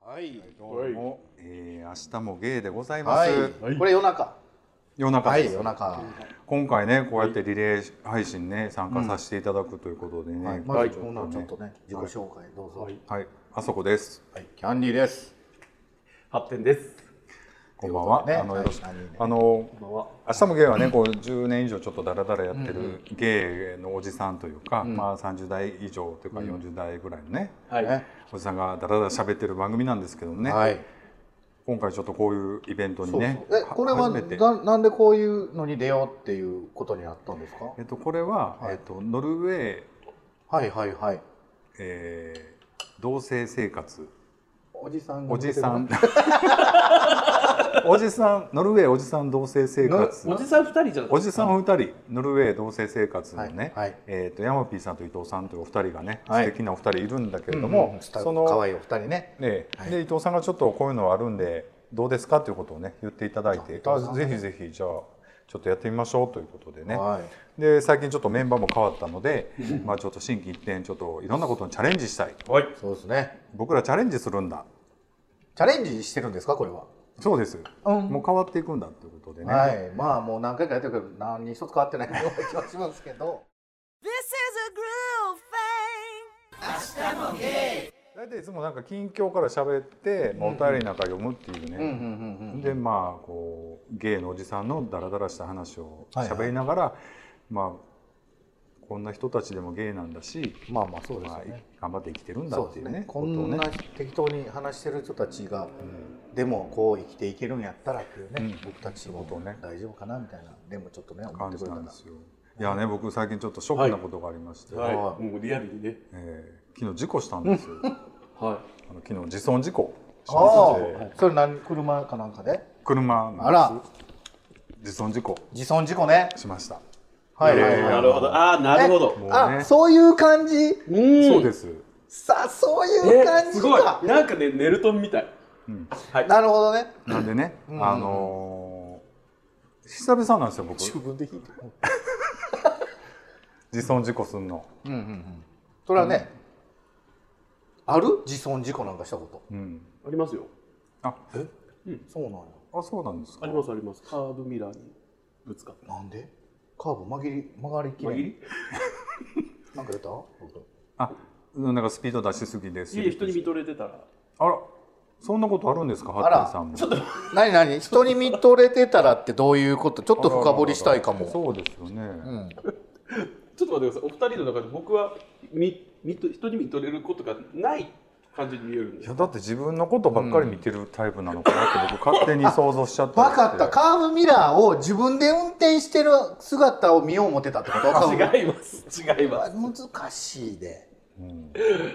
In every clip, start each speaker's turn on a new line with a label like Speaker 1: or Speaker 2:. Speaker 1: はい。
Speaker 2: はい
Speaker 3: もう、えー明日もゲイでございます、
Speaker 1: はい。これ夜中。
Speaker 3: 夜中
Speaker 4: は
Speaker 3: で
Speaker 4: い
Speaker 3: す、
Speaker 4: 夜中
Speaker 3: 今回ねこうやってリレー配信ね参加させていただくということでね、はい
Speaker 4: ま
Speaker 2: はい
Speaker 4: ずこんなんちょっとね自己紹介どうぞ
Speaker 3: あそこです
Speaker 4: キャンディーです
Speaker 2: 発展です。
Speaker 3: こんばんは、
Speaker 4: という
Speaker 3: あ
Speaker 4: ことでね
Speaker 3: のよろしく、
Speaker 4: はい三人で
Speaker 3: あの
Speaker 2: こんばんは。
Speaker 3: 明日もゲイはねこう10年以上ちょっとダラダラやってるゲイのおじさんというか、まあ30代以上というか40代ぐらいのね、
Speaker 2: はい。
Speaker 4: ね
Speaker 3: おじさんがダラダラ喋ってる番組なんですけどもね、
Speaker 4: はい
Speaker 3: 今回ちょっとこういうイベントにね
Speaker 4: えこれは
Speaker 3: 初めて
Speaker 4: ななんでこういうのに出ようっていうことになったんですか
Speaker 3: えっと、これは、
Speaker 4: はい
Speaker 3: えっと、ノルウェー、
Speaker 4: はいはいはい
Speaker 3: えー同性生活
Speaker 4: おじさん
Speaker 3: おじさん おじさんノルウェーおじさん同性生活
Speaker 2: おじさん二人じゃな
Speaker 3: おじさんお二人ノルウェー同性生活のね、
Speaker 4: はいはい
Speaker 3: えー、とヤマピーさんと伊藤さんというお二人がね、
Speaker 4: はい
Speaker 3: 素敵なお二人いるんだけれども、
Speaker 4: も
Speaker 3: そ
Speaker 4: 可
Speaker 3: の、
Speaker 4: 愛いお二人ね
Speaker 3: ねで伊藤さんがちょっとこういうのあるんでどうですかということをね言っていただいてあぜひぜひじゃあちょっとやってみましょうということでね、
Speaker 4: はい
Speaker 3: で最近ちょっとメンバーも変わったので、まあちょっと心機一転ちょっといろんなことにチャレンジしたい
Speaker 2: はい。
Speaker 4: そうですね
Speaker 3: 僕らチャレンジするんだ
Speaker 4: チャレンジしてるんですかこれは
Speaker 3: そうです、
Speaker 4: うん
Speaker 3: もう変わっていくんだということでね、
Speaker 4: はいまあもう何回かやってるけど何一つ変わってないような気はしますけど
Speaker 5: This is a groove thing.
Speaker 3: 大体いつもなんか近況から喋って、まあ、お便りなんか読むっていうね、
Speaker 4: うんうんうん
Speaker 3: でまあこうゲイのおじさんのダラダラした話を
Speaker 4: はいはい
Speaker 3: 喋りながら、まあこんな人たちでもゲイなんだし、
Speaker 4: まあまあそうです
Speaker 3: ま
Speaker 4: よ
Speaker 3: あ
Speaker 4: ね、
Speaker 3: 頑張って生きてるんだ
Speaker 4: そう
Speaker 3: っ
Speaker 4: で
Speaker 3: てい
Speaker 4: す
Speaker 3: うね
Speaker 4: ね。
Speaker 3: こ
Speaker 4: こと
Speaker 3: を
Speaker 4: ん
Speaker 3: ね
Speaker 4: な適当に話してる人たちが、でもこう生きていけるんやったらっていうね、僕たちも
Speaker 3: ことね
Speaker 4: 大丈夫かなみたいな、でもちょっとね、思っ
Speaker 3: 感
Speaker 4: て
Speaker 3: じ
Speaker 4: くれ
Speaker 3: な
Speaker 4: た
Speaker 3: ん
Speaker 4: ら
Speaker 3: で。すよ。いやね僕最近ちょっとショックなことがありまして、
Speaker 2: はい。
Speaker 4: は
Speaker 2: もうリアルにね。
Speaker 3: えー昨日事故したんです よ。
Speaker 2: は
Speaker 3: あの昨日自損事故し
Speaker 4: あ
Speaker 3: まして
Speaker 4: あ、それ何車かなんかで
Speaker 3: 車の
Speaker 4: あら、
Speaker 3: 自損事故
Speaker 4: 自損事故ね。
Speaker 3: しました。
Speaker 4: はい
Speaker 2: い。
Speaker 4: はい
Speaker 2: な
Speaker 4: は
Speaker 2: るほど。ああ、なるほど。
Speaker 3: も
Speaker 4: い。
Speaker 3: う
Speaker 4: あ、
Speaker 3: ね
Speaker 4: そういう感じ
Speaker 2: うん
Speaker 3: そうです。
Speaker 4: さあ、そういう感
Speaker 2: え、す
Speaker 4: じ
Speaker 2: ごい
Speaker 4: か。。
Speaker 2: なんかね、ネルトンみたい。
Speaker 4: なるほどね。
Speaker 3: なんでね、あのー久々なんですよ僕
Speaker 4: 自分で引いて。
Speaker 3: 自損事故すんの。
Speaker 4: うんうんうん。それはね、ある自損事故なんかしたこと。
Speaker 3: うん。
Speaker 2: ありますよ。
Speaker 3: あ、え
Speaker 4: そうなんや。
Speaker 3: あそうなんですか
Speaker 2: あ。りますあります。カーブミラーにぶつかった。
Speaker 4: なんでカーブ曲げり曲がりきれんなんか言った僕
Speaker 3: あ、なんかスピード出しすぎです。
Speaker 2: いえ、人に見とれてたら。
Speaker 3: あら、そんなことあるんですか、ハ
Speaker 4: ら
Speaker 3: ッテンさんも。ちょっと
Speaker 4: 何何人に見とれてたらってどういうことちょっと深掘りしたいかも
Speaker 3: そうですよね。
Speaker 2: ちょっと待ってください。お二人の中で僕はみみと人に見とれることがない感じに見えるんで
Speaker 3: い
Speaker 2: す
Speaker 3: や。だって自分のことばっかり見てるタイプなのかなって僕勝手に想像しちゃって。
Speaker 4: 分 かったカーブミラーを自分で運転してる姿を見よう思ってたってことカーブミラ
Speaker 2: 違います。違いま
Speaker 4: ー難しいで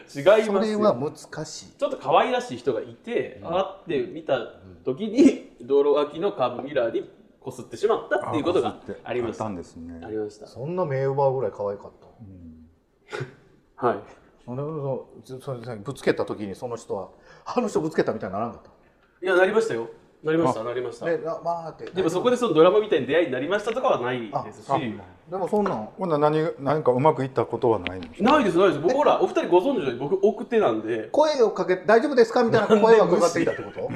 Speaker 2: す。違います
Speaker 4: そ
Speaker 2: よ。
Speaker 4: れは難しい
Speaker 2: ちょっと可愛らしい人がいて、あーって見た時に、道路脇のカーブミラーにこすってしまったっていうことがありまし
Speaker 3: あ
Speaker 2: た。
Speaker 3: ったん
Speaker 2: あ
Speaker 3: ですね。
Speaker 2: りました。
Speaker 4: そんな名馬ぐらい可愛かった
Speaker 2: はい。
Speaker 4: それそそれぶつけた時にその人はあの人ぶつけたみたいにならんかっ
Speaker 2: いや、なりましたよ。なりました、なりました
Speaker 4: た。でなまあって
Speaker 2: でもそこでそのドラマみたいに出会いになりましたとかはないですし。
Speaker 4: でもそんなん
Speaker 3: ほんなら何何かうまくいったことはないの。
Speaker 2: ないです、ないです。僕ほら、お二人ご存知のように僕奥手なんで、
Speaker 4: 声をかけ大丈夫ですかみたいな声がかかってきたってこと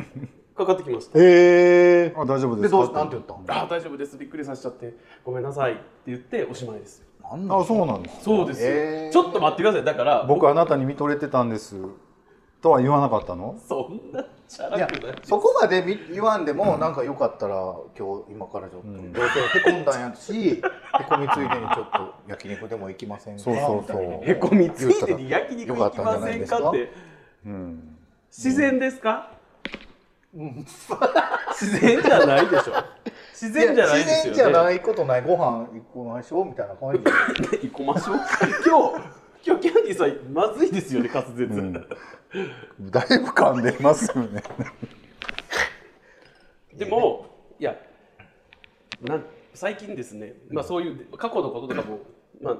Speaker 2: かかってきました。
Speaker 4: へえ
Speaker 3: あ、大丈夫で
Speaker 4: です
Speaker 3: か。
Speaker 4: どうしなんて言ったん
Speaker 2: あー大丈夫です、びっくりさせちゃって、ごめんなさいって言っておしまいです。
Speaker 4: なん
Speaker 3: あ、そうなんです。
Speaker 2: そうですよ、
Speaker 4: えー
Speaker 2: ちょっと待ってください。だから、
Speaker 3: 僕あなたに見とれてたんです。とは言わなかったの？
Speaker 2: そんなチャ
Speaker 4: い
Speaker 2: ラ
Speaker 4: や
Speaker 2: くない。
Speaker 4: そこまでみ言わんでも、なんかよかったら今日今からちょっとどうせへこんだんやし、へこみついでにちょっと焼肉でも行きませんか
Speaker 3: そうそうそう
Speaker 4: みたいな
Speaker 2: へこみついてに焼肉行きませんかっ
Speaker 4: よ
Speaker 2: て
Speaker 3: うん。
Speaker 2: 自然ですか、 自然じゃないでしょ自然じゃないですよね
Speaker 4: 自然じゃないことないご飯行こましょうみたいな 感じ
Speaker 2: 行こましょう今日今日キャンディーさんまずいですよね滑舌、
Speaker 3: だいぶ噛んでますよ ね。
Speaker 2: でもいやなん最近ですね、まあ、そういう過去のこととかも、まあ、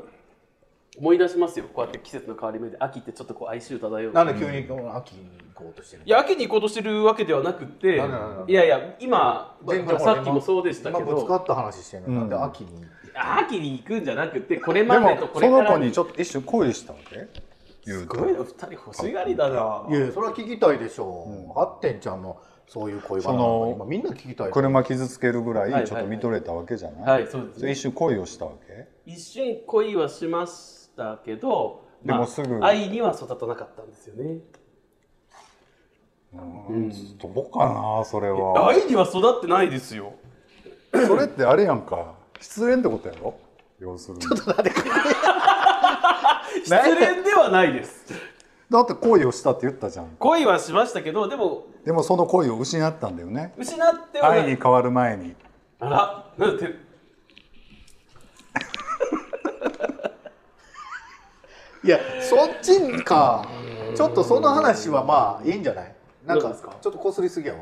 Speaker 2: 思い出しますよこうやって季節の変わり目で秋ってちょっとこう哀愁漂う
Speaker 4: なんで急にこの秋に行こうとしてるの
Speaker 2: いや秋に行こうとしてるわけではなくて
Speaker 4: なんでなんでなんで
Speaker 2: いやいや今、まあ
Speaker 4: 前回ほら
Speaker 2: さっきもそうでしたけど
Speaker 4: 今ぶつかった話してるのなんで秋に
Speaker 2: 秋に行くんじゃなくてこれ
Speaker 3: で
Speaker 2: までと
Speaker 3: も
Speaker 2: これ
Speaker 3: その
Speaker 2: から
Speaker 3: 子にちょっと一瞬恋したわけ？言
Speaker 2: す
Speaker 3: うと
Speaker 2: ごいな、二人欲しがりだな。
Speaker 4: いやいやそれは聞きたいでしょう、
Speaker 3: うん
Speaker 4: あってんちゃんのそういう恋バナ
Speaker 3: その
Speaker 4: 今みんな聞きたい
Speaker 3: 車傷つけるぐ
Speaker 2: は
Speaker 3: ら
Speaker 2: い
Speaker 3: いちょっと見とれたわけじゃない、
Speaker 2: はい、そうです
Speaker 3: それ
Speaker 2: ね
Speaker 3: 一。瞬恋をしたわけ
Speaker 2: 一瞬恋はしましたけど、
Speaker 3: でも
Speaker 2: まあ
Speaker 3: すぐ
Speaker 2: 愛には育たなかったんですよね。
Speaker 3: うんどうかなそれは
Speaker 2: 愛には育ってないですよ。
Speaker 3: それってあれやんか失恋ってことやろ要するに
Speaker 2: 失恋ではないです。
Speaker 3: だって恋をしたって言ったじゃん
Speaker 2: 恋はしましたけど、でも
Speaker 3: でもその恋を失ったんだよね
Speaker 2: 失ってはな
Speaker 3: 愛
Speaker 2: い
Speaker 3: に。変わる前に
Speaker 2: あら、なんて。
Speaker 4: いやそっちかちょっとその話はまあいいんじゃないなん
Speaker 2: どう
Speaker 4: か
Speaker 2: ですか
Speaker 4: ちょっとこすりすぎやわ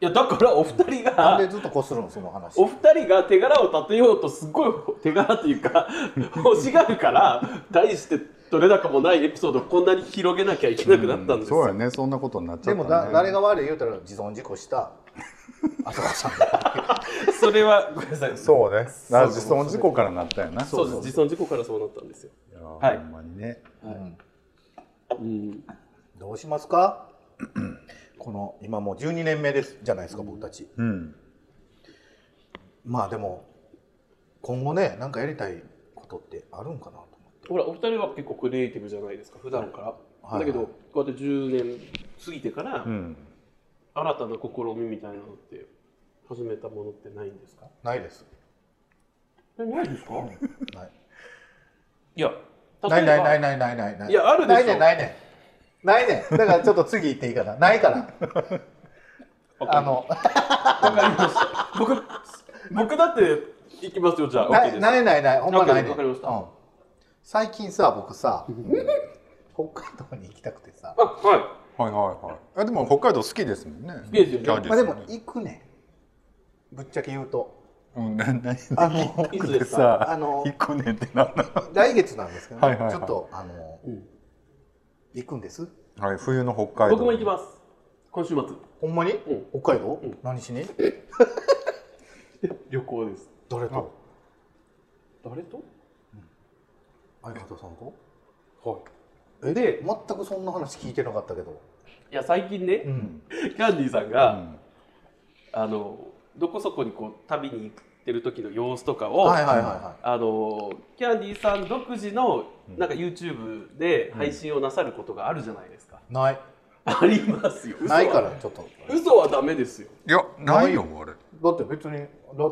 Speaker 2: いや、だからお二人
Speaker 4: なん
Speaker 2: が
Speaker 4: で。ずっとこするのその話
Speaker 2: お二人が手柄を立てようとすごい手柄ってい うか欲しがるから大してどれだかもないエピソードをこんなに広げなきゃいけなくなったんです
Speaker 3: そう
Speaker 2: よ、
Speaker 3: やねそんなことになっちゃ
Speaker 4: で
Speaker 3: った、ね、
Speaker 4: もだ誰が悪い言うたら自損事故した浅川さんが
Speaker 2: それはごめんなさいそう
Speaker 3: そうねだから自損事故からなったよな
Speaker 2: です自損事故からそうなったんですよ、
Speaker 3: いや
Speaker 2: はい
Speaker 3: ほんまにね
Speaker 2: うん、
Speaker 4: どうしますかこの今もう12年目ですじゃないですか僕たち
Speaker 3: うん
Speaker 4: まあでも今後ねなんかやりたいことってあるんかなと思って
Speaker 2: ほらお二人は結構クリエイティブじゃないですか普段から、
Speaker 4: はい
Speaker 2: だけどこうやって10年過ぎてから、
Speaker 3: うん
Speaker 2: 新たな試みみたいなのって始めたものってないんですか
Speaker 4: ないです
Speaker 2: えないですか
Speaker 4: ない
Speaker 2: いや
Speaker 4: ないないない
Speaker 2: い
Speaker 4: ないないないない
Speaker 2: いやあるでし
Speaker 4: な
Speaker 2: ょ
Speaker 4: いねんないねんないねんだからちょっと次行っていい かなないからあの
Speaker 2: わかりました。僕、僕だって、行きますよ、じゃあ。
Speaker 4: な
Speaker 2: OK
Speaker 4: い
Speaker 2: です
Speaker 4: ないないないほんまないねん
Speaker 2: わかりました
Speaker 4: うん最近さ僕 さ北海道に行きたくてさ
Speaker 2: あ、は
Speaker 3: はいはいはいあでも北海道好きですもんね好
Speaker 2: きですよね
Speaker 4: まあでも行くねんぶっちゃけ言うと
Speaker 3: うん、な何
Speaker 4: あの
Speaker 2: い。いつ
Speaker 3: で
Speaker 2: ですか
Speaker 3: さ、
Speaker 4: あの
Speaker 3: 一個ねってなんなの
Speaker 4: 来月なんですけど
Speaker 3: はい
Speaker 4: ね
Speaker 3: はいはい
Speaker 4: ちょっとあの
Speaker 2: うん
Speaker 4: 行くんです
Speaker 3: はい、冬の北海道。
Speaker 2: 僕も行きます。今週末。
Speaker 4: ほんまに
Speaker 2: ん
Speaker 4: 北海道
Speaker 2: うん
Speaker 4: 何しに
Speaker 2: 旅行です。
Speaker 4: 誰と
Speaker 2: 誰と
Speaker 4: 相方さんと
Speaker 2: は
Speaker 4: えで全くそんな話聞いてなかったけど
Speaker 2: い。いや、最近ね、
Speaker 4: ん
Speaker 2: キャンディーさん
Speaker 3: う
Speaker 2: が、
Speaker 3: ん。
Speaker 2: あの、どこそこにこう、旅に行ってる時の様子とかを、
Speaker 4: はいはいはいはい
Speaker 2: あの、キャンディーさん独自の、なんか YouTube で配信をなさることがあるじゃないですか。
Speaker 4: ない。
Speaker 2: ありますよ。嘘は
Speaker 4: ないか。らちょっと。
Speaker 2: 嘘はダメですよ。
Speaker 3: いや、ないよ
Speaker 4: な、
Speaker 3: 俺。
Speaker 4: だって別に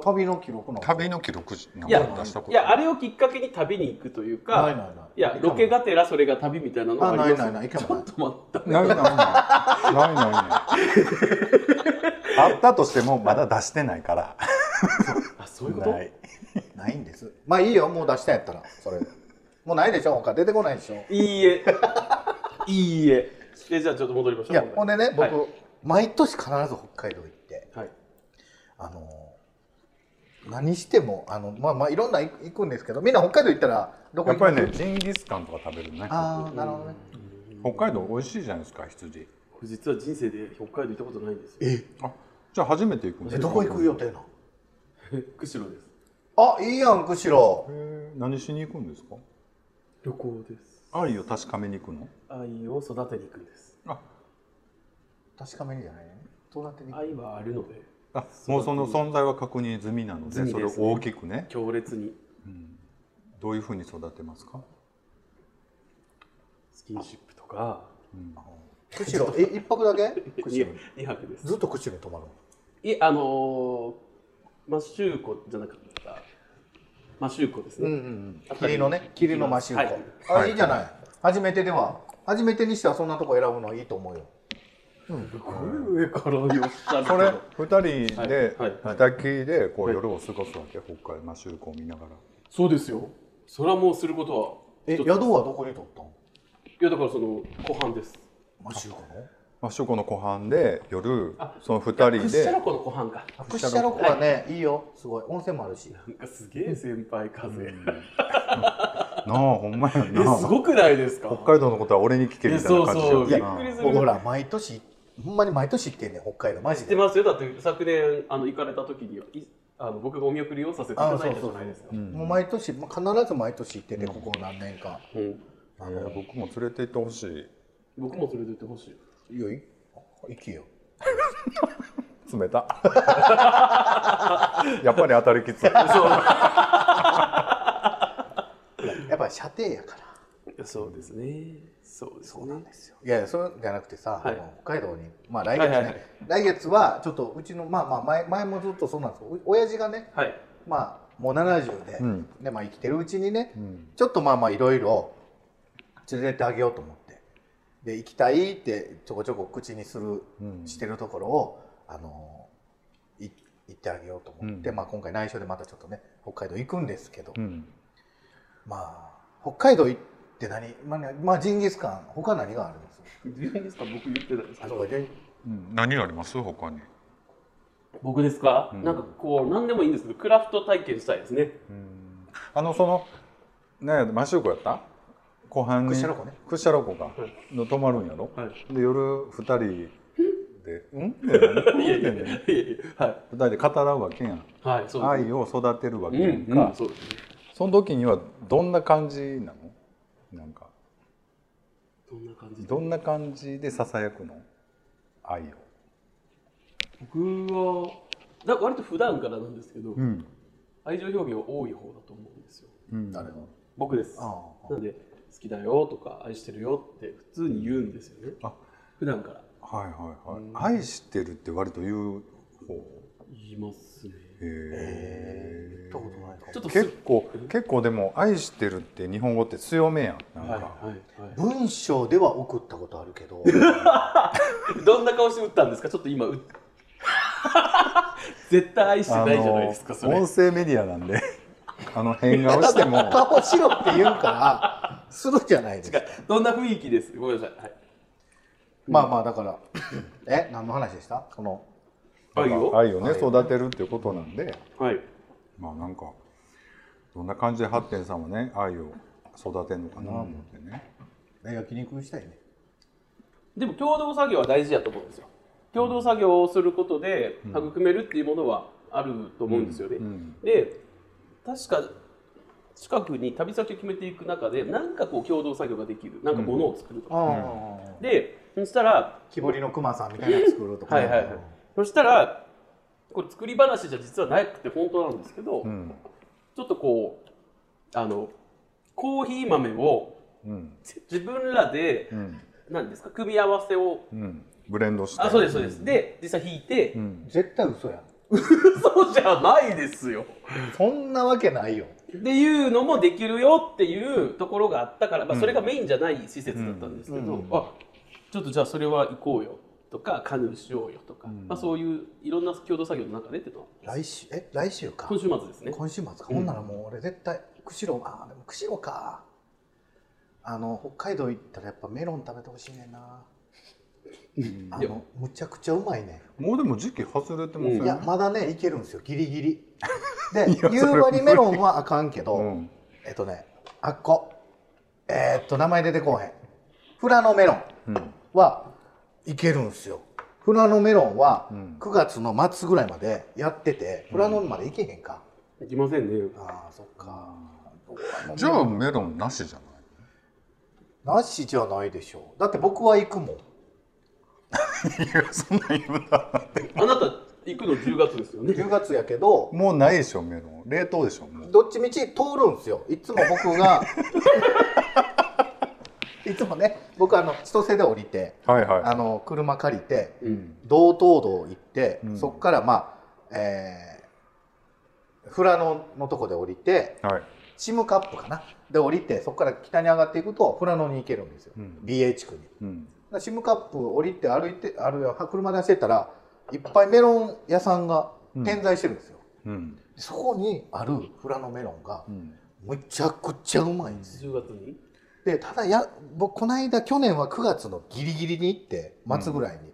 Speaker 4: 旅の記録なんか
Speaker 3: 旅の記録なん
Speaker 2: いや
Speaker 3: か出したこ
Speaker 2: い
Speaker 3: と
Speaker 2: や、あれをきっかけに旅に行くというか、
Speaker 4: ないないない。
Speaker 2: いや、ロケがてらそれが旅みたいなのが
Speaker 4: あ
Speaker 2: あり
Speaker 4: な
Speaker 2: ます
Speaker 4: い
Speaker 2: よ
Speaker 4: ないない。いけもない。
Speaker 2: ちょっと待った。
Speaker 3: ないないない。ないないない。あったとしても、まだ出してないから。
Speaker 2: あ、そういうこと
Speaker 3: ない。
Speaker 4: ないんです。まあいいよもう出したんやったらそれ。 もうないでしょ他出てこないでしょ。
Speaker 2: いいえ。いいえ。え、じゃあちょっと戻りましょう。
Speaker 4: いやほ
Speaker 2: 本
Speaker 4: ん
Speaker 2: 題
Speaker 4: でね僕、
Speaker 2: はい
Speaker 4: 毎年必ず北海道行って
Speaker 2: はい。
Speaker 4: あのー何してもあのまあまあいろんな行く行くんですけどみんな北海道行ったらどこ
Speaker 3: やっ
Speaker 4: 行く
Speaker 3: ぱりね、ジンギスカンとか食べるね。
Speaker 4: ああなるほどね。
Speaker 3: 北海道美味しいじゃないですか、羊。
Speaker 2: 僕実は人生で北海道行ったことないんですよ。
Speaker 4: え
Speaker 3: あ、じゃあ初めて行くんです
Speaker 4: え
Speaker 3: か
Speaker 4: どこ行く予定なの？
Speaker 2: 釧路です。
Speaker 4: あいいやんくしろ
Speaker 3: へ。え何しに行くんですか
Speaker 2: 旅行です。
Speaker 3: 愛を確かめに行くの
Speaker 2: 愛を育てに行くんです。
Speaker 4: 確かめにじゃないね。どうなってに行く
Speaker 2: 愛はあるので、
Speaker 3: あ、もうその存在は確認済みなの
Speaker 2: 済
Speaker 3: で、
Speaker 2: み
Speaker 3: そ
Speaker 2: で
Speaker 3: れを
Speaker 2: すね
Speaker 3: 大きくね、
Speaker 2: 強烈に
Speaker 3: どういうふうに育てますか
Speaker 2: スキンシップとか、
Speaker 4: 釧路え一泊だけ？釧路に。
Speaker 2: 2泊です。
Speaker 4: ずっと釧路に泊まるの。
Speaker 2: いえ、あのー、マッシューコじゃなかった。マッシューコです
Speaker 4: うん
Speaker 2: ね。
Speaker 4: うんうん。霧のね、霧のマシューコ。
Speaker 3: はい
Speaker 4: あ、いいじゃない。初めてでは、初めてにしてはそんなとこ選ぶのいいと思うよ。
Speaker 2: すごい上からよっしゃるけ
Speaker 3: これ
Speaker 2: ど
Speaker 3: 2人で
Speaker 2: はいはいは
Speaker 3: 二
Speaker 2: い
Speaker 3: 滝でこ
Speaker 2: は
Speaker 3: う
Speaker 2: い
Speaker 3: 夜を過ごすわけ北海道マシュルコを見ながら
Speaker 2: そうですよ。それはもうすることは。
Speaker 4: え、
Speaker 2: 一つ
Speaker 4: 宿はどこに取ったの
Speaker 2: いやだからその後半です。
Speaker 4: マシューコの
Speaker 3: マシュルコの湖畔で夜
Speaker 2: あ
Speaker 3: その2
Speaker 2: ク
Speaker 3: 人
Speaker 2: ッシャ
Speaker 3: で
Speaker 2: ラコの後半か。
Speaker 4: あクッシャロコはね、いいよ。すごい。温泉もあるし。
Speaker 2: なんかすげえ先輩風。え
Speaker 3: なあほんまやな
Speaker 2: すごくないですか。
Speaker 3: 北海道のことは俺に聞けみたいな感じ
Speaker 2: いやそうそう
Speaker 4: いや
Speaker 3: やな
Speaker 2: びっくりする
Speaker 4: 僕ほら、毎年、ほんまに毎年行ってんねん、北海道。マジ
Speaker 2: 知って
Speaker 4: で。
Speaker 2: ますよ。だって昨年あの行かれた時にいあの僕がお見送りをさせていただいたじゃないですか
Speaker 4: もう毎年、まあ必ず毎年行ってて、ここ何年か。
Speaker 2: うん。
Speaker 3: あの僕も連れて行ってほしい
Speaker 2: 僕も連れてってほしい
Speaker 4: いやい行きよ
Speaker 3: 冷た やっぱり当たりきつい
Speaker 4: やっぱ射程やから
Speaker 2: そうですねそうですね
Speaker 4: いやいやそうじゃなくてさ、
Speaker 2: はい
Speaker 4: あの北海道にまあ来月ね、
Speaker 2: はいはいはい
Speaker 4: 来月はちょっとうちのまあまあ前前もずっとそうなんですけどお親父がね
Speaker 2: はい
Speaker 4: まあもう70で、
Speaker 3: うん
Speaker 4: でまあ生きてるうちにね、
Speaker 3: うん
Speaker 4: ちょっとまあまあいろいろ連れてってあげようと思ってで行きたいってちょこちょこ口にする、
Speaker 3: うん
Speaker 4: してるところをあのい行ってあげようと思って、
Speaker 3: うん
Speaker 4: まあ今回内緒でまたちょっとね北海道行くんですけど、
Speaker 3: うん
Speaker 4: まあ北海道行って何、まあねまあ、ジンギスカン他何があるんです
Speaker 2: 自分ですか僕言ってたんです
Speaker 4: あそ
Speaker 2: けど
Speaker 4: こで
Speaker 3: うん何あります他に、
Speaker 2: 僕ですか、
Speaker 3: うん
Speaker 2: なんかこう何でもいいんですけどクラフト体験したいですね
Speaker 3: あのそのねマシューコやった後半に
Speaker 4: 屈斜路湖ね
Speaker 3: 屈斜路湖かの泊まるんやろ、
Speaker 2: はい
Speaker 3: で夜二人で「うん?」って
Speaker 2: いやいやいやい
Speaker 3: 2
Speaker 2: やいやは
Speaker 3: 人で語らうわけやん
Speaker 2: いはいそうです
Speaker 3: 愛を育てるわけやん
Speaker 2: うん
Speaker 3: か、
Speaker 2: うんそうですね
Speaker 3: その時にはどんな感じなのなんか
Speaker 2: どんな感じで
Speaker 3: どんな感じでささやくの愛を、
Speaker 2: 僕はなんか割と普段からなんですけど、
Speaker 3: ん
Speaker 2: 愛情表現は多い方だと思うんですよ
Speaker 3: うん、
Speaker 4: 誰の
Speaker 2: 僕です
Speaker 4: ああ
Speaker 2: なんで好きだよとか愛してるよって普通に言うんですよね
Speaker 3: あ
Speaker 2: 普段から
Speaker 3: はいはいはい愛してるって割と言う方
Speaker 2: 言いますね
Speaker 3: へ
Speaker 4: 言ったことないかも
Speaker 2: ち
Speaker 3: ー
Speaker 2: ょっとす
Speaker 3: 結構結構でも「愛してる」って日本語って強めやんなんか、
Speaker 2: はいはいはい
Speaker 4: 文章では送ったことあるけ ど
Speaker 2: どんな顔して打ったんですかちょっと今打っ 絶対愛して
Speaker 3: あ
Speaker 2: ないじゃない
Speaker 3: の
Speaker 2: ですかそれ
Speaker 3: 音声メディアなんで あの変顔しても
Speaker 4: 顔しろって言うからするじゃないですか
Speaker 2: どんな雰囲気ですごめんなさい、はい、
Speaker 4: まあまあだからえ何の話でしたその
Speaker 2: 愛を
Speaker 3: 愛をね育てるっていうことなんで
Speaker 2: はい
Speaker 3: まあなんかどんな感じで発展さんはね愛を育てるのかなと思ってね、
Speaker 4: え焼肉したいね
Speaker 2: でも共同作業は大事だと思うんですよ共同作業をすることで育めるっていうものはあると思うんですよね、
Speaker 3: うん
Speaker 2: で確か近くに旅先を決めていく中で何かこう共同作業ができるなんかものを作るとか、
Speaker 4: ああ
Speaker 2: でそしたら
Speaker 4: 木彫りの熊さんみたいなの作るとか
Speaker 2: は
Speaker 4: ね、
Speaker 2: いはいはいそしたらこれ作り話じゃ実はなくて本当なんですけど、
Speaker 3: うん
Speaker 2: ちょっとこうあのコーヒー豆を
Speaker 3: うん
Speaker 2: 自分らで
Speaker 3: うん
Speaker 2: 何ですか組み合わせを
Speaker 3: うんブレンドして
Speaker 2: あそうですそうです、で実際引いて、
Speaker 3: うん
Speaker 4: 絶対嘘やん
Speaker 2: そうじゃないですよ
Speaker 4: そんなわけないよ
Speaker 2: っていうのもできるよっていうところがあったから、まあ、それがメインじゃない施設だったんですけど、
Speaker 4: うんうん
Speaker 2: あちょっとじゃあそれは行こうよとかカヌーしようよとか、
Speaker 3: ん
Speaker 2: まあ、そういういろんな共同作業の中でっていうのは
Speaker 4: 来週え来週か
Speaker 2: 今週末ですね
Speaker 4: 今週末か、ほんならもう俺絶対釧路あーでも釧路かあの北海道行ったらやっぱメロン食べてほしいねんなあ
Speaker 2: いや
Speaker 4: のむちゃくちゃうまいね
Speaker 3: もうでも時期外れてますよ
Speaker 2: うん
Speaker 4: い
Speaker 3: ね
Speaker 4: やまだねいけるんですよギリギリ で
Speaker 3: いや
Speaker 4: 夕張メロンはあかんけど、
Speaker 3: うん
Speaker 4: えっとねあっこえーっと名前出てこうへん富良野メロン
Speaker 3: うん
Speaker 4: はいけるんですよ富良野メロンは
Speaker 3: うん
Speaker 4: 9月の末ぐらいまでやってて富良野まで行けへんか、
Speaker 2: 行きませんね
Speaker 4: ああそっか
Speaker 3: じゃあメロンなしじゃ
Speaker 4: なしじゃないでしょうだって僕は行くもん
Speaker 3: ない いやそんな言うな
Speaker 2: あなた行くの10月ですよね
Speaker 4: 10月やけど
Speaker 3: もうないでしょメロン冷凍でしょもう
Speaker 4: どっちみち通るんですよいつも僕が いつもね僕あの千歳で降りて
Speaker 3: はいはい
Speaker 4: あの車借りて
Speaker 2: うん
Speaker 4: 道東道行って、
Speaker 3: うん
Speaker 4: そっからまあえー、富良野のとこで降りて
Speaker 3: はい
Speaker 4: チムカップかなで降りてそこから北に上がっていくと富良野に行けるんですよ、
Speaker 3: うん
Speaker 4: BA 地区に
Speaker 3: うん
Speaker 4: だからシムカップ降りて歩いてあるいは車で走ってたらいっぱいメロン屋さんが点在してるんですよ、
Speaker 3: うん
Speaker 4: そこにある富良野メロンが
Speaker 3: うん
Speaker 4: むちゃくちゃうまいんですよ
Speaker 2: 10月に
Speaker 4: でただや僕この間去年は9月のギリギリに行って末ぐらいに、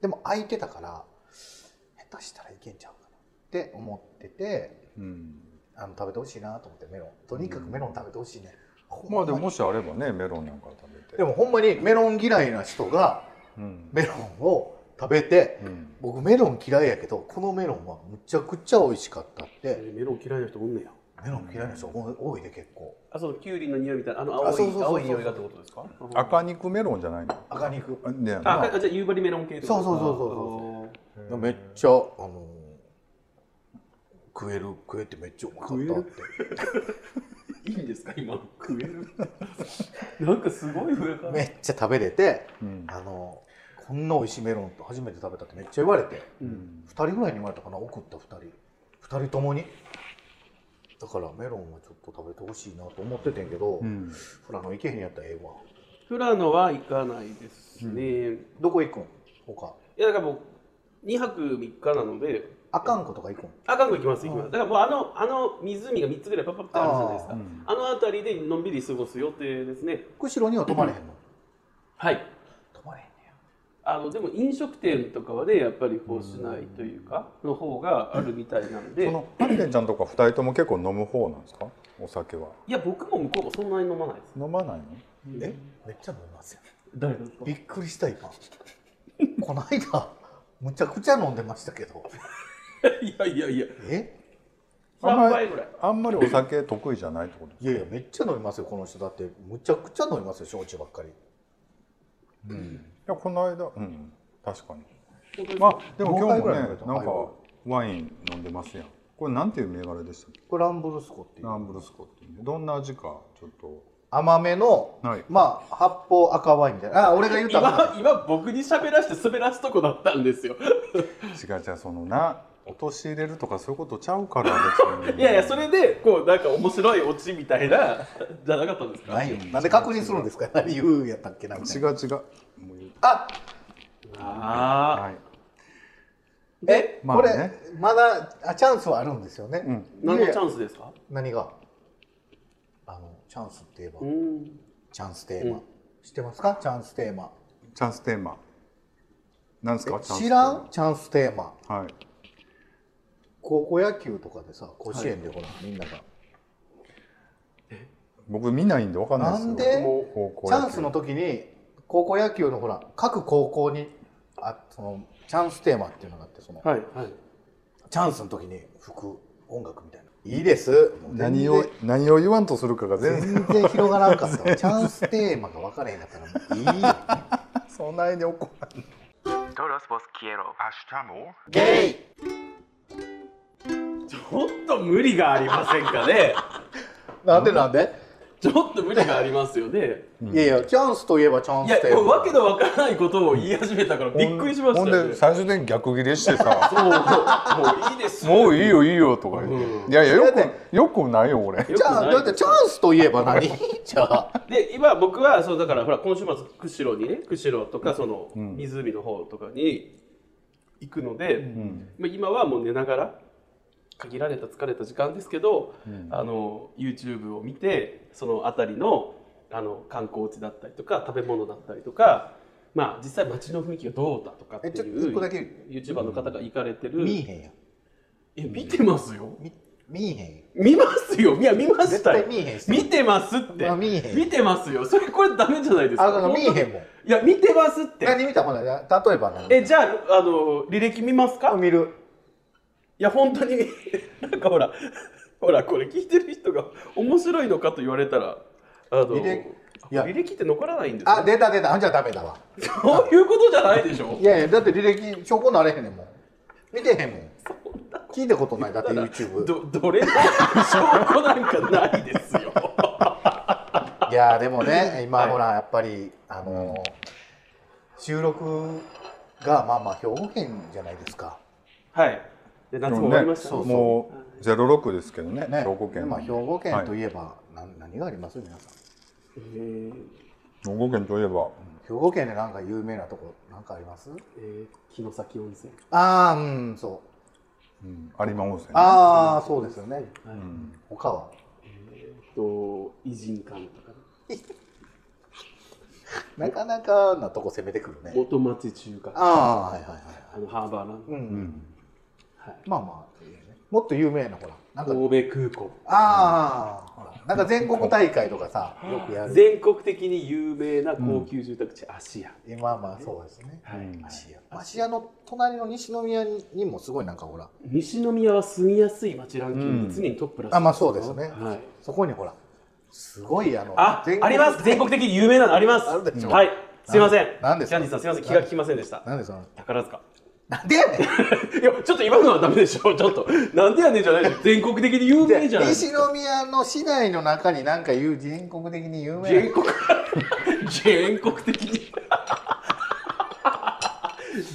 Speaker 4: でも空いてたから下手したらいけんちゃうかなって思ってて
Speaker 3: うん
Speaker 4: あの食べてほしいなと思ってメロンとにかくメロン食べてほしいね、ほん
Speaker 3: まあでも
Speaker 4: に
Speaker 3: もしあればねメロンなんか食べて
Speaker 4: でもほんまにメロン嫌いな人が
Speaker 3: うん
Speaker 4: メロンを食べて、
Speaker 3: うん
Speaker 4: 僕メロン嫌いやけどこのメロンはむちゃくちゃ美味しかったって
Speaker 2: メロン嫌いな人おんねや
Speaker 4: メロン嫌いな人多多いで結構
Speaker 2: あそのキュウリの匂いみたいなあの
Speaker 4: あそ
Speaker 2: 青
Speaker 4: うそうそう
Speaker 2: い
Speaker 4: そう
Speaker 2: 青い匂いがってことですか
Speaker 3: 赤肉メロンじゃないの
Speaker 4: 赤肉
Speaker 3: あね
Speaker 2: あ赤あじゃあ夕張メロン系ってこと
Speaker 4: そうそうそうそうめっちゃあのー食える食えてめっちゃうまかったって
Speaker 2: いいんですか今食える なんかすごい上から
Speaker 4: めっちゃ食べれて
Speaker 3: うん
Speaker 4: あのーこんな美味しいメロンと初めて食べたってめっちゃ言われて
Speaker 3: うん
Speaker 4: 2人ぐらいに言われたかな送った2人2人ともにだからメロンはちょっと食べてほしいなと思っててんけど、
Speaker 3: うん
Speaker 4: ほらあの行けへんやったらええわ
Speaker 2: 富良野は行かないですね、い
Speaker 4: どこ行くん他
Speaker 2: やだからもう2泊3日なので
Speaker 4: あかんことか行くん
Speaker 2: あかんこ行きます行きま
Speaker 4: うん
Speaker 2: すだからもうあのあの湖が3つぐらいパッパッってあるじゃないですか
Speaker 4: う
Speaker 2: あ,、
Speaker 3: ん
Speaker 2: の辺りでのんびり過ごす予定ですね
Speaker 4: 釧路には泊まれへんの、
Speaker 2: はい
Speaker 4: 泊まれへんね
Speaker 2: あのでも飲食店とかはねやっぱりこうしないというかの方があるみたいなんで
Speaker 3: そのハリケンちゃんとか二人とも結構飲む方なんですかお酒はい
Speaker 2: や僕も向こうもそんなに飲まないです
Speaker 3: 飲まないの
Speaker 4: やえめっちゃ飲みますよ
Speaker 2: 誰ですか
Speaker 4: びっくりした今この間むちゃくちゃ飲んでましたけど
Speaker 2: いやいやいや
Speaker 4: え
Speaker 3: あんま
Speaker 2: 3
Speaker 3: り
Speaker 2: 杯ぐ らい
Speaker 3: あんまりお酒得意じゃないってこと
Speaker 4: いやいやめっちゃ飲みますよこの人だってむちゃくちゃ飲みますよ焼酎ばっかり
Speaker 3: いやこの間うん確かに
Speaker 2: 本当ですか
Speaker 3: まあでも今
Speaker 4: ど
Speaker 3: 日
Speaker 4: う
Speaker 3: もね
Speaker 4: かいぐらい飲
Speaker 3: なん
Speaker 4: め
Speaker 3: か
Speaker 4: た
Speaker 3: ワイン飲んでますやんこれなんていう銘柄でしたっけ
Speaker 4: これランブルスコっていう
Speaker 3: ランブルスコっていうねどんな味かちょっと
Speaker 4: 甘めの、
Speaker 3: はい
Speaker 4: まあ発泡赤ワインみたいなあ俺が言うた
Speaker 2: 今
Speaker 4: ら
Speaker 2: 今僕に喋らして滑らすとこだったんですよ
Speaker 3: 違う違うそのな陥れるとかそういうことちゃうから別に
Speaker 2: いやいやそれでこうなんか面白いオチみたいなじゃなかったんですか
Speaker 4: ないよなんで確認するんですか何言うんやったっけなみた
Speaker 3: 違
Speaker 4: いうな
Speaker 3: 違うもう言う
Speaker 4: あ
Speaker 2: ああ
Speaker 3: はい
Speaker 4: え、
Speaker 3: まあ
Speaker 4: こ
Speaker 3: ね
Speaker 4: れまだあチャンスはあるんですよね、
Speaker 3: うん
Speaker 2: 何のチャンスですか
Speaker 4: 何があのチャンスって言えば、
Speaker 2: うん
Speaker 4: チャンステーマ、知ってますかチャンステーマ
Speaker 3: チャンステーマなんですかチャンステ
Speaker 4: 知
Speaker 3: ーマ
Speaker 4: らんチャンステーマ
Speaker 3: はい
Speaker 4: 高校野球とかでさ甲子園でほら、みんなが
Speaker 3: 僕見ないんでわかんないですよ
Speaker 4: なんで
Speaker 3: 高校
Speaker 4: チ
Speaker 3: 野球
Speaker 4: ャンスの時に高校野球のほら各高校にあそのチャンステーマっていうのがあってその、
Speaker 2: はいはい
Speaker 4: チャンスの時に吹く音楽みたいないいです
Speaker 3: 何を何を言わんとするかが全然
Speaker 4: 全然広がらなかった わチャンステーマが分からへんかったらもういい
Speaker 3: そないに怒らない
Speaker 1: Todos vos quiero. Hashtamo.
Speaker 4: ゲイ
Speaker 2: ちょっと無理がありませんか ね
Speaker 4: なんでなんで、
Speaker 2: ちょっと無理がありますよね
Speaker 4: いやいやチャンスといえばチャン
Speaker 2: いや
Speaker 4: ステー
Speaker 2: もう
Speaker 4: マ
Speaker 2: わけのわからないことを言い始めたからびっくりしました
Speaker 3: ほ
Speaker 2: よ
Speaker 3: ん
Speaker 2: ね
Speaker 3: で最終的に逆ギレしてさ
Speaker 2: もうもういいです
Speaker 3: もういいよいいよとか言って、
Speaker 2: うん
Speaker 3: いやいやよ
Speaker 4: だっ
Speaker 3: くよくないよ俺
Speaker 2: よく
Speaker 4: じゃあ
Speaker 2: ない
Speaker 4: だってチャンスといえば何じゃあ
Speaker 2: で今僕はそうだからほら今週末釧路にね釧路とかその
Speaker 3: ん
Speaker 2: 湖の方とかに行くので、
Speaker 3: ん
Speaker 2: まあ今はもう寝ながら限られた疲れた時間ですけど、あの YouTube を見てその辺りのあの観光地だったりとか食べ物だったりとか、まあ、実際街の雰囲気がどうだとかってい
Speaker 4: えちょっと一
Speaker 2: う
Speaker 4: 個だけ
Speaker 2: YouTuber の方が行かれてる、
Speaker 4: 見えへんやん
Speaker 2: え見てますよ
Speaker 4: 見見えへん
Speaker 2: 見ますよいや見ま
Speaker 4: 絶
Speaker 2: した
Speaker 4: 対
Speaker 2: よ
Speaker 4: 見えへんし
Speaker 2: 見てますって、
Speaker 4: あ見えへん
Speaker 2: 見てますよそれこれダメじゃないですか
Speaker 4: あだから見えへんもん
Speaker 2: いや、見てますって。
Speaker 4: 何見たほら例えば何
Speaker 2: え、じゃあ、あの、履歴見ますかい
Speaker 4: 見る
Speaker 2: や、本当に、 なんかほら、ほら、これ聞いてる人が面白いのかと言われたら、あの、
Speaker 4: 履歴い
Speaker 2: い
Speaker 4: や
Speaker 2: や履歴って残らないんです
Speaker 4: あ
Speaker 2: よ。
Speaker 4: 出た出たあじゃあダメだわ
Speaker 2: そういうことじゃないでしょ
Speaker 4: いやいやだって履歴証拠なれへんねんもん見てへんもん聞いたことないだって
Speaker 2: ただ
Speaker 4: YouTube
Speaker 2: ど、どれだ 証拠なんかないですよ。
Speaker 4: いやでもね今ほらやっぱりあの収録がまあまあ兵庫県じゃないですか
Speaker 2: はい。で、夏も終わりましたね。
Speaker 4: そう
Speaker 3: もうゼロ六ですけどね
Speaker 4: ね
Speaker 3: 兵庫県
Speaker 4: まあ兵庫
Speaker 3: は
Speaker 4: 県
Speaker 3: い
Speaker 4: といえば何何があります皆さん
Speaker 2: えー
Speaker 3: 兵庫県といえば
Speaker 4: 兵庫県でなんか有名なとこなんかあります
Speaker 2: えー城崎温泉。
Speaker 4: ああうんそう
Speaker 3: うん有馬温泉
Speaker 4: ああそうですよね
Speaker 2: はい。
Speaker 4: 他は
Speaker 2: と、偉人館とか、
Speaker 4: なかなかなとこ攻めてくるね
Speaker 2: 元町中華、
Speaker 4: ああはいはいはい
Speaker 2: あの、ハーバーランド。
Speaker 4: うん、
Speaker 3: うん
Speaker 2: はい。
Speaker 4: まあまあいいよねもっと有名なほらなんか
Speaker 2: 神戸空港
Speaker 4: ああ、ほらなんか全国大会とかさよくやる
Speaker 2: 全国的に有名な高級住宅地、芦屋
Speaker 4: まあまあそうですね
Speaker 2: はい
Speaker 3: うん
Speaker 4: 芦屋芦屋の隣の西宮にもすごいなんかほら
Speaker 2: 西宮は住みやすい街ランキング常にトップらしい
Speaker 4: あまあそうですね
Speaker 2: はい、
Speaker 4: そこにほらすごいあの
Speaker 2: あ
Speaker 4: 全国
Speaker 2: あります全国的に有名なのあります
Speaker 4: あるでしょ
Speaker 2: はいすいません
Speaker 4: なんです
Speaker 2: キ
Speaker 4: か
Speaker 2: ャンディーさんすいません気が利きませんでした
Speaker 4: なんでその
Speaker 2: 宝塚
Speaker 4: なんでやねん
Speaker 2: いやちょっと今のはダメでし ょちょっとなんでやねんじゃないでしょ全国的に有名じゃない
Speaker 4: 西宮の市内の中になんかいう全国的に有名な
Speaker 2: 全国 全国的に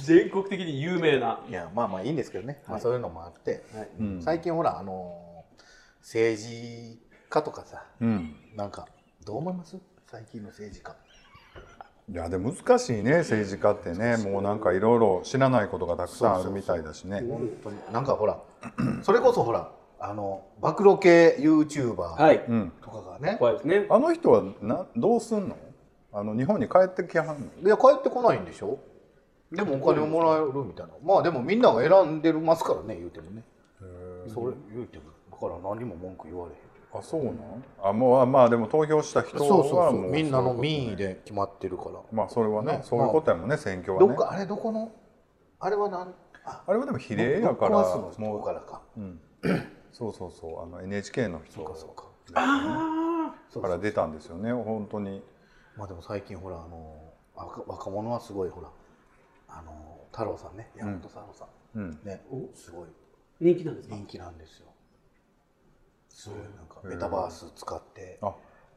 Speaker 2: 全国的に有名ない
Speaker 4: やまあまあいいんですけどね、まあ、そういうのもあって、
Speaker 3: うん
Speaker 4: 最近ほらあのー政治家とかさ
Speaker 3: うん
Speaker 4: なんかどう思います最近の政治家
Speaker 3: いやでも難しいね政治家ってねもうなんかいろいろ知らないことがたくさんあるみたいだしね
Speaker 4: 本当になんかほら それこそほらあの暴露系 YouTuber
Speaker 2: い
Speaker 3: うん
Speaker 4: とかがね、
Speaker 2: 怖いですね
Speaker 3: あの人はなどうすんのあの日本に帰ってきはんの
Speaker 4: い、や帰ってこないんでしょでもお金をもらえるみたいなまあでもみんなが選んでますからね言うてもねそれ言うてもだから何も文句言われへん
Speaker 3: あそうなんあもうまあでも投票した人は
Speaker 4: そう
Speaker 3: も
Speaker 4: そうそうみんなの
Speaker 3: そういうこ
Speaker 4: 民意で決まってるから、
Speaker 3: とまあそれはね
Speaker 4: ね
Speaker 3: そういうことやもんね選挙は
Speaker 4: ど
Speaker 3: ね
Speaker 4: っかあれどこのあれは何あ
Speaker 3: あれはでも比例やか
Speaker 4: ロ
Speaker 3: ら
Speaker 4: ックハウスの
Speaker 3: も
Speaker 4: 方
Speaker 3: う
Speaker 4: からか
Speaker 3: そうそうそうあの NHK の人
Speaker 4: そう
Speaker 3: か
Speaker 4: かそうかそう
Speaker 3: ら出たんですよね本当に
Speaker 4: まあでも最近ほらあの若若者はすごいほらあの太郎さんね山本太郎さん、
Speaker 3: うん
Speaker 4: ねすごい
Speaker 2: 人気なんですか
Speaker 4: 人気なんですよすごいなんかメタバース使って
Speaker 3: あは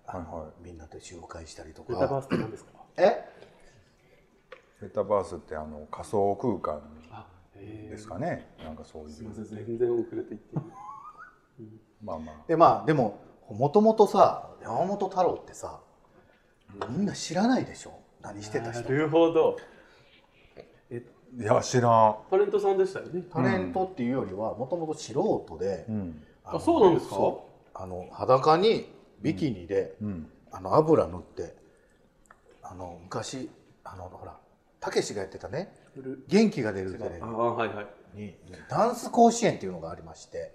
Speaker 4: あの
Speaker 3: いはい
Speaker 4: みんなで集会したりと
Speaker 2: メタバー
Speaker 4: か
Speaker 2: スって何ですか
Speaker 4: え
Speaker 3: メタバースってあの仮想空間
Speaker 2: あえ
Speaker 3: ですかねなんかそうい
Speaker 2: すいま
Speaker 3: う
Speaker 2: せん全然遅れていって
Speaker 3: まあまあ
Speaker 4: でまあでももともとさ山本太郎ってさみんな知らないでしょ何してた人
Speaker 2: なるほど
Speaker 3: いや知らん
Speaker 2: タレントさんでしたよね
Speaker 4: タレントっていうよりはもともと素人で、
Speaker 3: うん
Speaker 4: の
Speaker 2: そうなんですか
Speaker 4: そうあの裸にビキニで、
Speaker 3: うん
Speaker 4: あの油塗ってあの昔あのほらたけしがやってたね「元気が出るテレ
Speaker 2: ああはいはい
Speaker 4: ビ」にダンス甲子園っていうのがありまして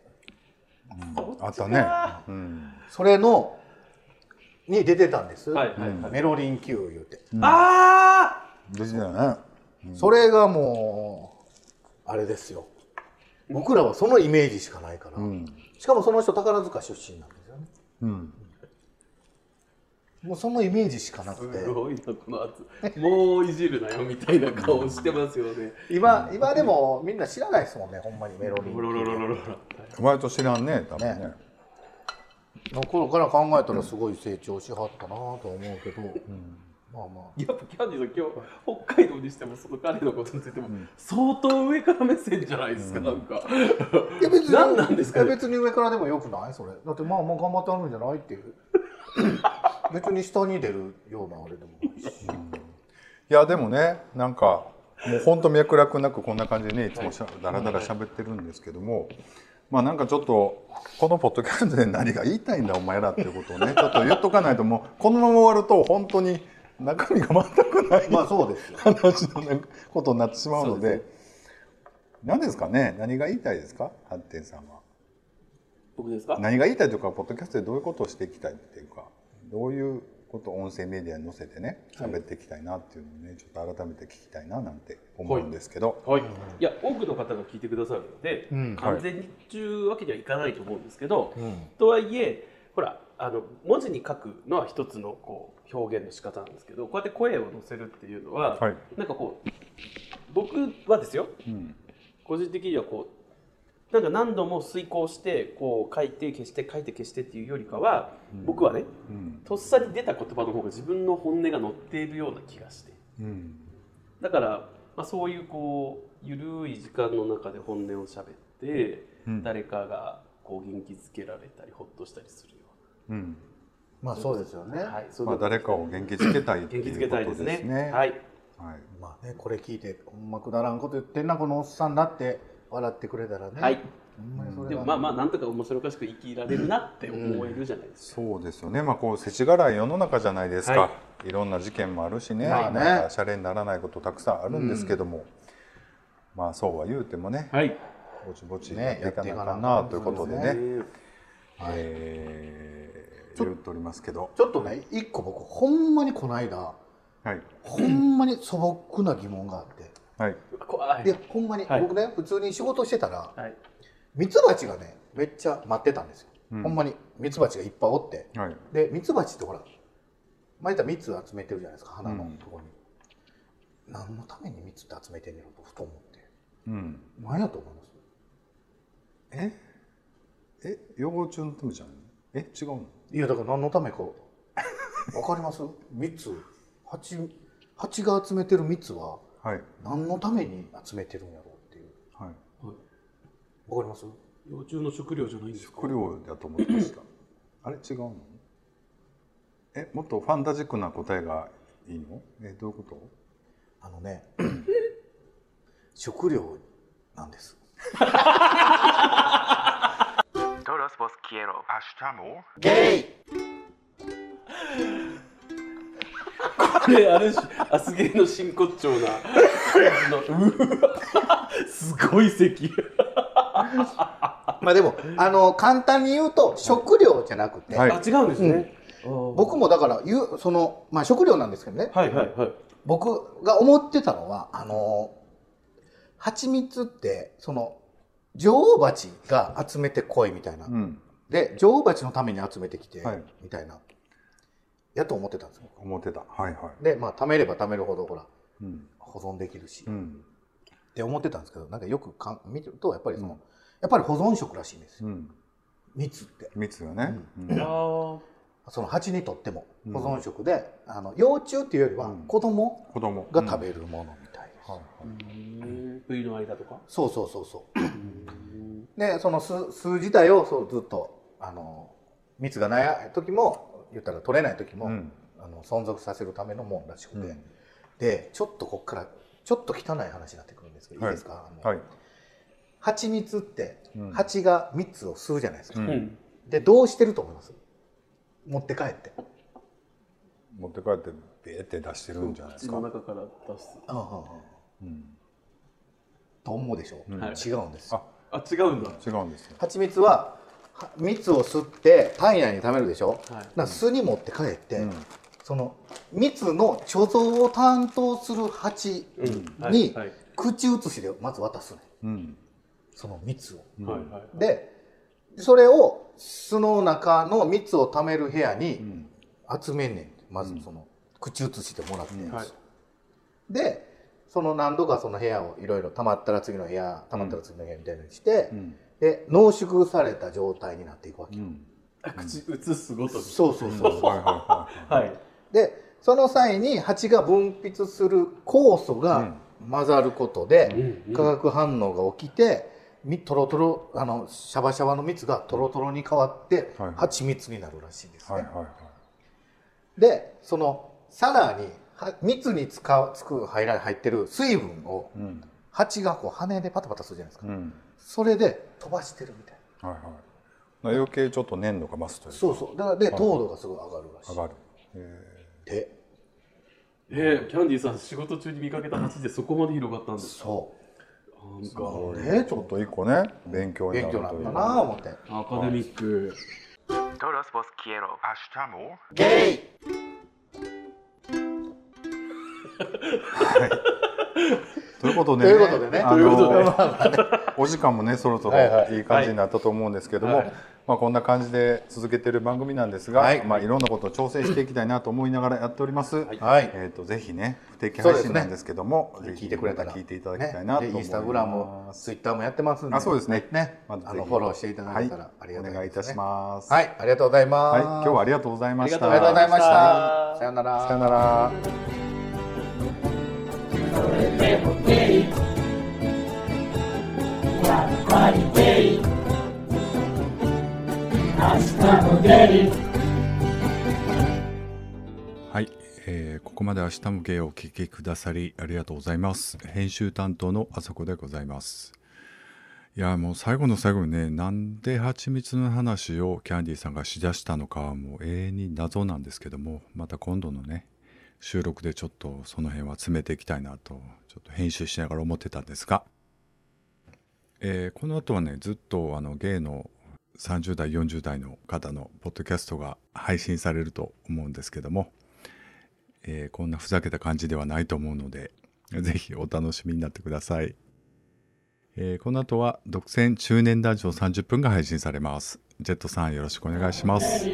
Speaker 3: あったねうん
Speaker 4: それのに出てたんです、
Speaker 2: はいはいはい
Speaker 4: メロリン Q 言うて、
Speaker 2: あ
Speaker 3: 出てたよね
Speaker 4: それがもうあれですよ僕らはそのイメージしかないから、
Speaker 3: うん
Speaker 4: しかもその人宝塚出身なんですよね
Speaker 3: うん
Speaker 4: もうそのイメージしかな
Speaker 2: あす
Speaker 4: くて
Speaker 2: ごいなこの圧もういじるなよみたいな顔してますよね
Speaker 4: 今今でもみんな知らないですもんねほんまにメロディ
Speaker 2: ロロロロロロロ
Speaker 3: 割と知らんね多分ね
Speaker 4: ねの頃から考えたらすごい成長しはったなと思うけど、まあま
Speaker 2: やっぱキャンディーさん今日北海道にしてもその彼のことについても相当上から目線じゃないですか、なんか
Speaker 4: あいや別に
Speaker 2: 何なんですか
Speaker 4: いや
Speaker 2: ね
Speaker 4: 別に上からでもよくないそれだってまあまあ頑張ってあるんじゃないっていう 別に下に出るようなあれでもないし、
Speaker 3: いやでもねなんかもうほんと脈絡なくこんな感じでねいつもしゃだらだら喋ってるんですけどもまあなんかちょっとこのポッドキャストで何が言いたいんだお前らっていうこと をねちょっと言っとかないともうこのまま終わると本当に中身が全くない
Speaker 4: まあそうですよ
Speaker 3: 話のなんかことになってしまうので何ですかね何が言いたいですかハッテンさんは。
Speaker 2: 僕ですか
Speaker 3: 何が言いたいというかポッドキャストでどういうことをしていきたいっていうかどういうことを音声メディアに載せてね喋っていきたいなっていうのをねちょっと改めて聞きたいななんて思うんですけど、
Speaker 2: はい、いや多くの方が聞いてくださるので、
Speaker 4: うん
Speaker 2: 完全にっていうわけにはいかないと思うんですけど、
Speaker 4: うん
Speaker 2: とはいえほらあの文字に書くのは一つのこう表現の仕方なんですけどこうやって声を乗せるっていうのは、
Speaker 3: はい
Speaker 2: なんかこう僕はですよ
Speaker 3: うん
Speaker 2: 個人的にはこうなんか何度も遂行してこう書いて消して書いて消してっていうよりかは、僕はね
Speaker 3: うん
Speaker 2: とっさに出た言葉の方が自分の本音が乗っているような気がして
Speaker 3: うん
Speaker 2: だから、まあ、そういうこうゆるい時間の中で本音を喋って、
Speaker 3: うん
Speaker 2: 誰かがこう元気づけられたりほっとしたりするよ
Speaker 3: うん
Speaker 4: まあそうですよね、
Speaker 2: うな、はい、そういう
Speaker 3: まあ、
Speaker 2: の
Speaker 3: 誰かを元気づけたいってい
Speaker 2: 元
Speaker 3: う
Speaker 2: 気づけたい
Speaker 3: こ
Speaker 2: で
Speaker 3: と
Speaker 2: す
Speaker 3: で
Speaker 2: ね
Speaker 3: すね。、
Speaker 2: はいい
Speaker 3: はい
Speaker 4: まあねこれ聞いてほんまくだらんこと言ってんなこのおっさんだって笑ってくれたらね、
Speaker 2: はい、
Speaker 4: ほんまにそれ
Speaker 2: で
Speaker 4: が
Speaker 2: もまあまあなんとか面白おかしく生きられるなって思えるじゃないですか、
Speaker 3: そうですよね、まあ、こう世知辛い世の中じゃないですか、、
Speaker 2: はい
Speaker 3: ろんな事件もあるしね,、
Speaker 4: まあね
Speaker 3: なんかシャレにならないことたくさんあるんですけども、まあそうは言うてもね、
Speaker 2: はい
Speaker 3: ぼちぼちやっ
Speaker 4: ね
Speaker 3: ていかなあかん
Speaker 4: や
Speaker 3: な
Speaker 4: って
Speaker 3: とい
Speaker 4: いうかなあか
Speaker 3: こ
Speaker 4: んそ
Speaker 3: とで
Speaker 4: うです
Speaker 3: ね、
Speaker 2: ね
Speaker 3: え
Speaker 4: ち
Speaker 3: ー、
Speaker 4: ょ
Speaker 3: 言っておりますけど、
Speaker 4: ちょっとね一個僕ほんまにこの間
Speaker 3: はい、
Speaker 4: ほんまに素朴な疑問があっ
Speaker 3: はい、
Speaker 2: うわ怖い
Speaker 4: ていやほんまに、
Speaker 2: はい
Speaker 4: 僕ね普通に仕事してたら
Speaker 2: はい
Speaker 4: ミツバチがねめっちゃ待ってたんですよ、
Speaker 3: うん
Speaker 4: ほんまにミツバチがいっぱいおって
Speaker 3: はい、
Speaker 4: でミツバチってほらまあ、言ったら蜜集めてるじゃないですか花のところに、何のために蜜って集めてんねやろとふと思って
Speaker 3: うん、
Speaker 4: 何やと思います
Speaker 3: え、え、養蜂中のトムちゃん、え、違うの？
Speaker 4: いやだから何のためか わかります蜜蜂蜂が集めてる蜜は
Speaker 3: はい、
Speaker 4: 何のために集めてるんやろうっていう
Speaker 3: はい、
Speaker 4: わかります
Speaker 2: 幼虫の食料じゃないんですか
Speaker 3: 食料だと思ってま した。あれ違うの？え、もっとファンタジックな答えがいいの？え、どういうこ
Speaker 4: あの ね食料なんです
Speaker 1: Todos vos quiero. Hashtamu.
Speaker 4: ゲイ
Speaker 2: これある種アスゲーの真骨頂 な感じのうわすごい咳
Speaker 4: まあでもあの簡単に言うと食料じゃなくて、
Speaker 3: と？はい、
Speaker 2: あ違うんですね、
Speaker 4: 僕もだから言うその、まあ、食料なんですけどね
Speaker 2: はいはいはい
Speaker 4: 僕が思ってたのはあの蜂蜜ってその女王蜂が集めてこいみたいな、
Speaker 3: うん、
Speaker 4: で女王蜂のために集めてきて、
Speaker 3: はい
Speaker 4: みたいなやと思ってたんですよ
Speaker 3: 思ってた。はいはい。
Speaker 4: でまあ貯めれば貯めるほどほら
Speaker 3: うん、
Speaker 4: 保存できるし、
Speaker 3: う
Speaker 4: っ
Speaker 3: ん、
Speaker 4: て思ってたんですけどなんかよくかん見るとやっぱりその、やっぱり保存食らしいんですよ
Speaker 3: うん、
Speaker 4: 蜜って
Speaker 3: 蜜がね。うん
Speaker 2: あー
Speaker 4: その蜂にとっても
Speaker 3: うん
Speaker 4: 保存食で、あの幼虫っていうよりは
Speaker 3: うん
Speaker 4: 子供
Speaker 3: 子供
Speaker 4: が食
Speaker 3: る。
Speaker 4: べるものみたいです、
Speaker 3: はいはい
Speaker 2: 冬の間とか
Speaker 4: そうそうそうそうでその数数自体をそうずっとあの蜜がない時も言ったら取れない時も、
Speaker 3: うん
Speaker 4: あの存続させるためのもんらしくて、
Speaker 3: うん
Speaker 4: でちょっとこっからちょっと汚い話になってくるんですけど、
Speaker 3: は
Speaker 4: い、
Speaker 3: い
Speaker 4: いですかあの、
Speaker 3: はい。
Speaker 4: 蜂蜜って
Speaker 3: うん
Speaker 4: 蜂が蜜を吸うじゃないですか、
Speaker 3: うん
Speaker 2: うん
Speaker 4: でどうしてると思います持って帰って、
Speaker 3: 持って帰ってベーって出してるんじゃないで
Speaker 2: 口
Speaker 3: す
Speaker 2: の
Speaker 3: か。
Speaker 2: 中から出す
Speaker 3: うん、
Speaker 4: と思うでしょ、
Speaker 3: ん
Speaker 4: 違うんです
Speaker 3: あ、
Speaker 2: あ違うんだ
Speaker 3: 違うんですよ。
Speaker 4: 蜂蜜はは蜜を吸って体内に貯めるでしょ、
Speaker 2: はい
Speaker 4: だから巣に持って帰って、
Speaker 3: うん
Speaker 4: その蜜の貯蔵を担当する蜂
Speaker 2: はい
Speaker 4: に
Speaker 2: はい
Speaker 4: 口移しでまず渡すね
Speaker 3: うん、
Speaker 4: その蜜を。
Speaker 3: うん
Speaker 2: はいはい
Speaker 4: でそれを巣の中の蜜を貯める部屋
Speaker 3: う
Speaker 4: に
Speaker 3: ん、
Speaker 4: 集めんねんまず
Speaker 3: うん
Speaker 4: その口移してもらって、
Speaker 3: うん
Speaker 2: はい
Speaker 4: でその何度かその部屋をいろいろ溜まったら次の部屋溜まったら次の部屋みたいなにして、
Speaker 3: うん、
Speaker 4: で濃縮された状態になっていくわけ、
Speaker 3: うん、
Speaker 2: あ口移すごとに
Speaker 4: そうそうそうそう
Speaker 3: はいはいはい。
Speaker 2: はい
Speaker 4: でその際に蜂が分泌する酵素が混ざることで、化学反応が起きてみトロトロあのシャバシャバの蜜がトロトロに変わって、
Speaker 3: はいはい
Speaker 4: 蜂蜜になるらしいですね、
Speaker 3: はいはいはい。
Speaker 4: でそのさらには蜜につかつく入ら入ってる水分を
Speaker 3: うん、
Speaker 4: 蜂がこう羽でパタパタするじゃないですか、
Speaker 3: うん、
Speaker 4: それで飛ばしてるみたいな
Speaker 3: はいはい。まあ余計ちょっと粘度が増すというか
Speaker 4: そうそうだからで糖度がすごい上がるらしい
Speaker 3: 上がる。え
Speaker 4: で
Speaker 2: えー、キャンディーさん仕事中に見かけた蜂でそこまで広がったんです
Speaker 4: そ
Speaker 2: なんか
Speaker 4: う
Speaker 3: ー
Speaker 4: ね
Speaker 3: ちょっと一個ね、勉強に
Speaker 4: 勉
Speaker 3: な
Speaker 4: 強
Speaker 3: る
Speaker 4: になっ
Speaker 3: という
Speaker 4: た。なあ思って。
Speaker 2: アカデミック
Speaker 1: Todos vos quiero. Hashtamu.
Speaker 4: ゲイ
Speaker 3: ということで
Speaker 4: ということでね
Speaker 3: あ
Speaker 4: ということで
Speaker 3: のお時間もね、そろそろ
Speaker 4: はいはい
Speaker 3: いい感じになったと思うんですけども、まあこんな感じで続けてる番組なんですが、
Speaker 4: はい
Speaker 3: まあいろんなことを挑戦していきたいなと思いながらやっております。
Speaker 4: はい
Speaker 3: えっ、とぜひね、不定期配信なんですけども、ぜひ
Speaker 4: 聞いてくれたら
Speaker 3: 聞いていただきたいなと思います。
Speaker 4: ね、でインスタグラムもツイッターもやってますんで
Speaker 3: あそうですね
Speaker 4: ね、
Speaker 3: まずぜ
Speaker 4: あ
Speaker 3: ひ
Speaker 4: のフォローしていただけた
Speaker 3: は
Speaker 4: ら
Speaker 3: い
Speaker 4: ありがたいです、ね
Speaker 3: お願いいたします。
Speaker 4: はいありがとうございます、
Speaker 3: はい、今日はありがとうございました。
Speaker 4: ありがとうございまし
Speaker 2: あ
Speaker 4: た
Speaker 2: りがとうございました
Speaker 4: さよなら
Speaker 3: さよなら。はい、えーここまで明日も芸をお聞きくださりありがとうございます。編集担当のあそこでございます。いやもう最後の最後にねなんで蜂蜜の話をキャンディーさんがしだしたのかはもう永遠に謎なんですけどもまた今度のね収録でちょっとその辺は詰めていきたいなとちょっと編集しながら思ってたんですが
Speaker 6: えーこの後はねずっとあの芸の30代40代の方のポッドキャストが配信されると思うんですけども、えーこんなふざけた感じではないと思うのでぜひお楽しみになってください、えーこの後は独占中年ラジオ30分が配信されますジェットさんよろしくお願いします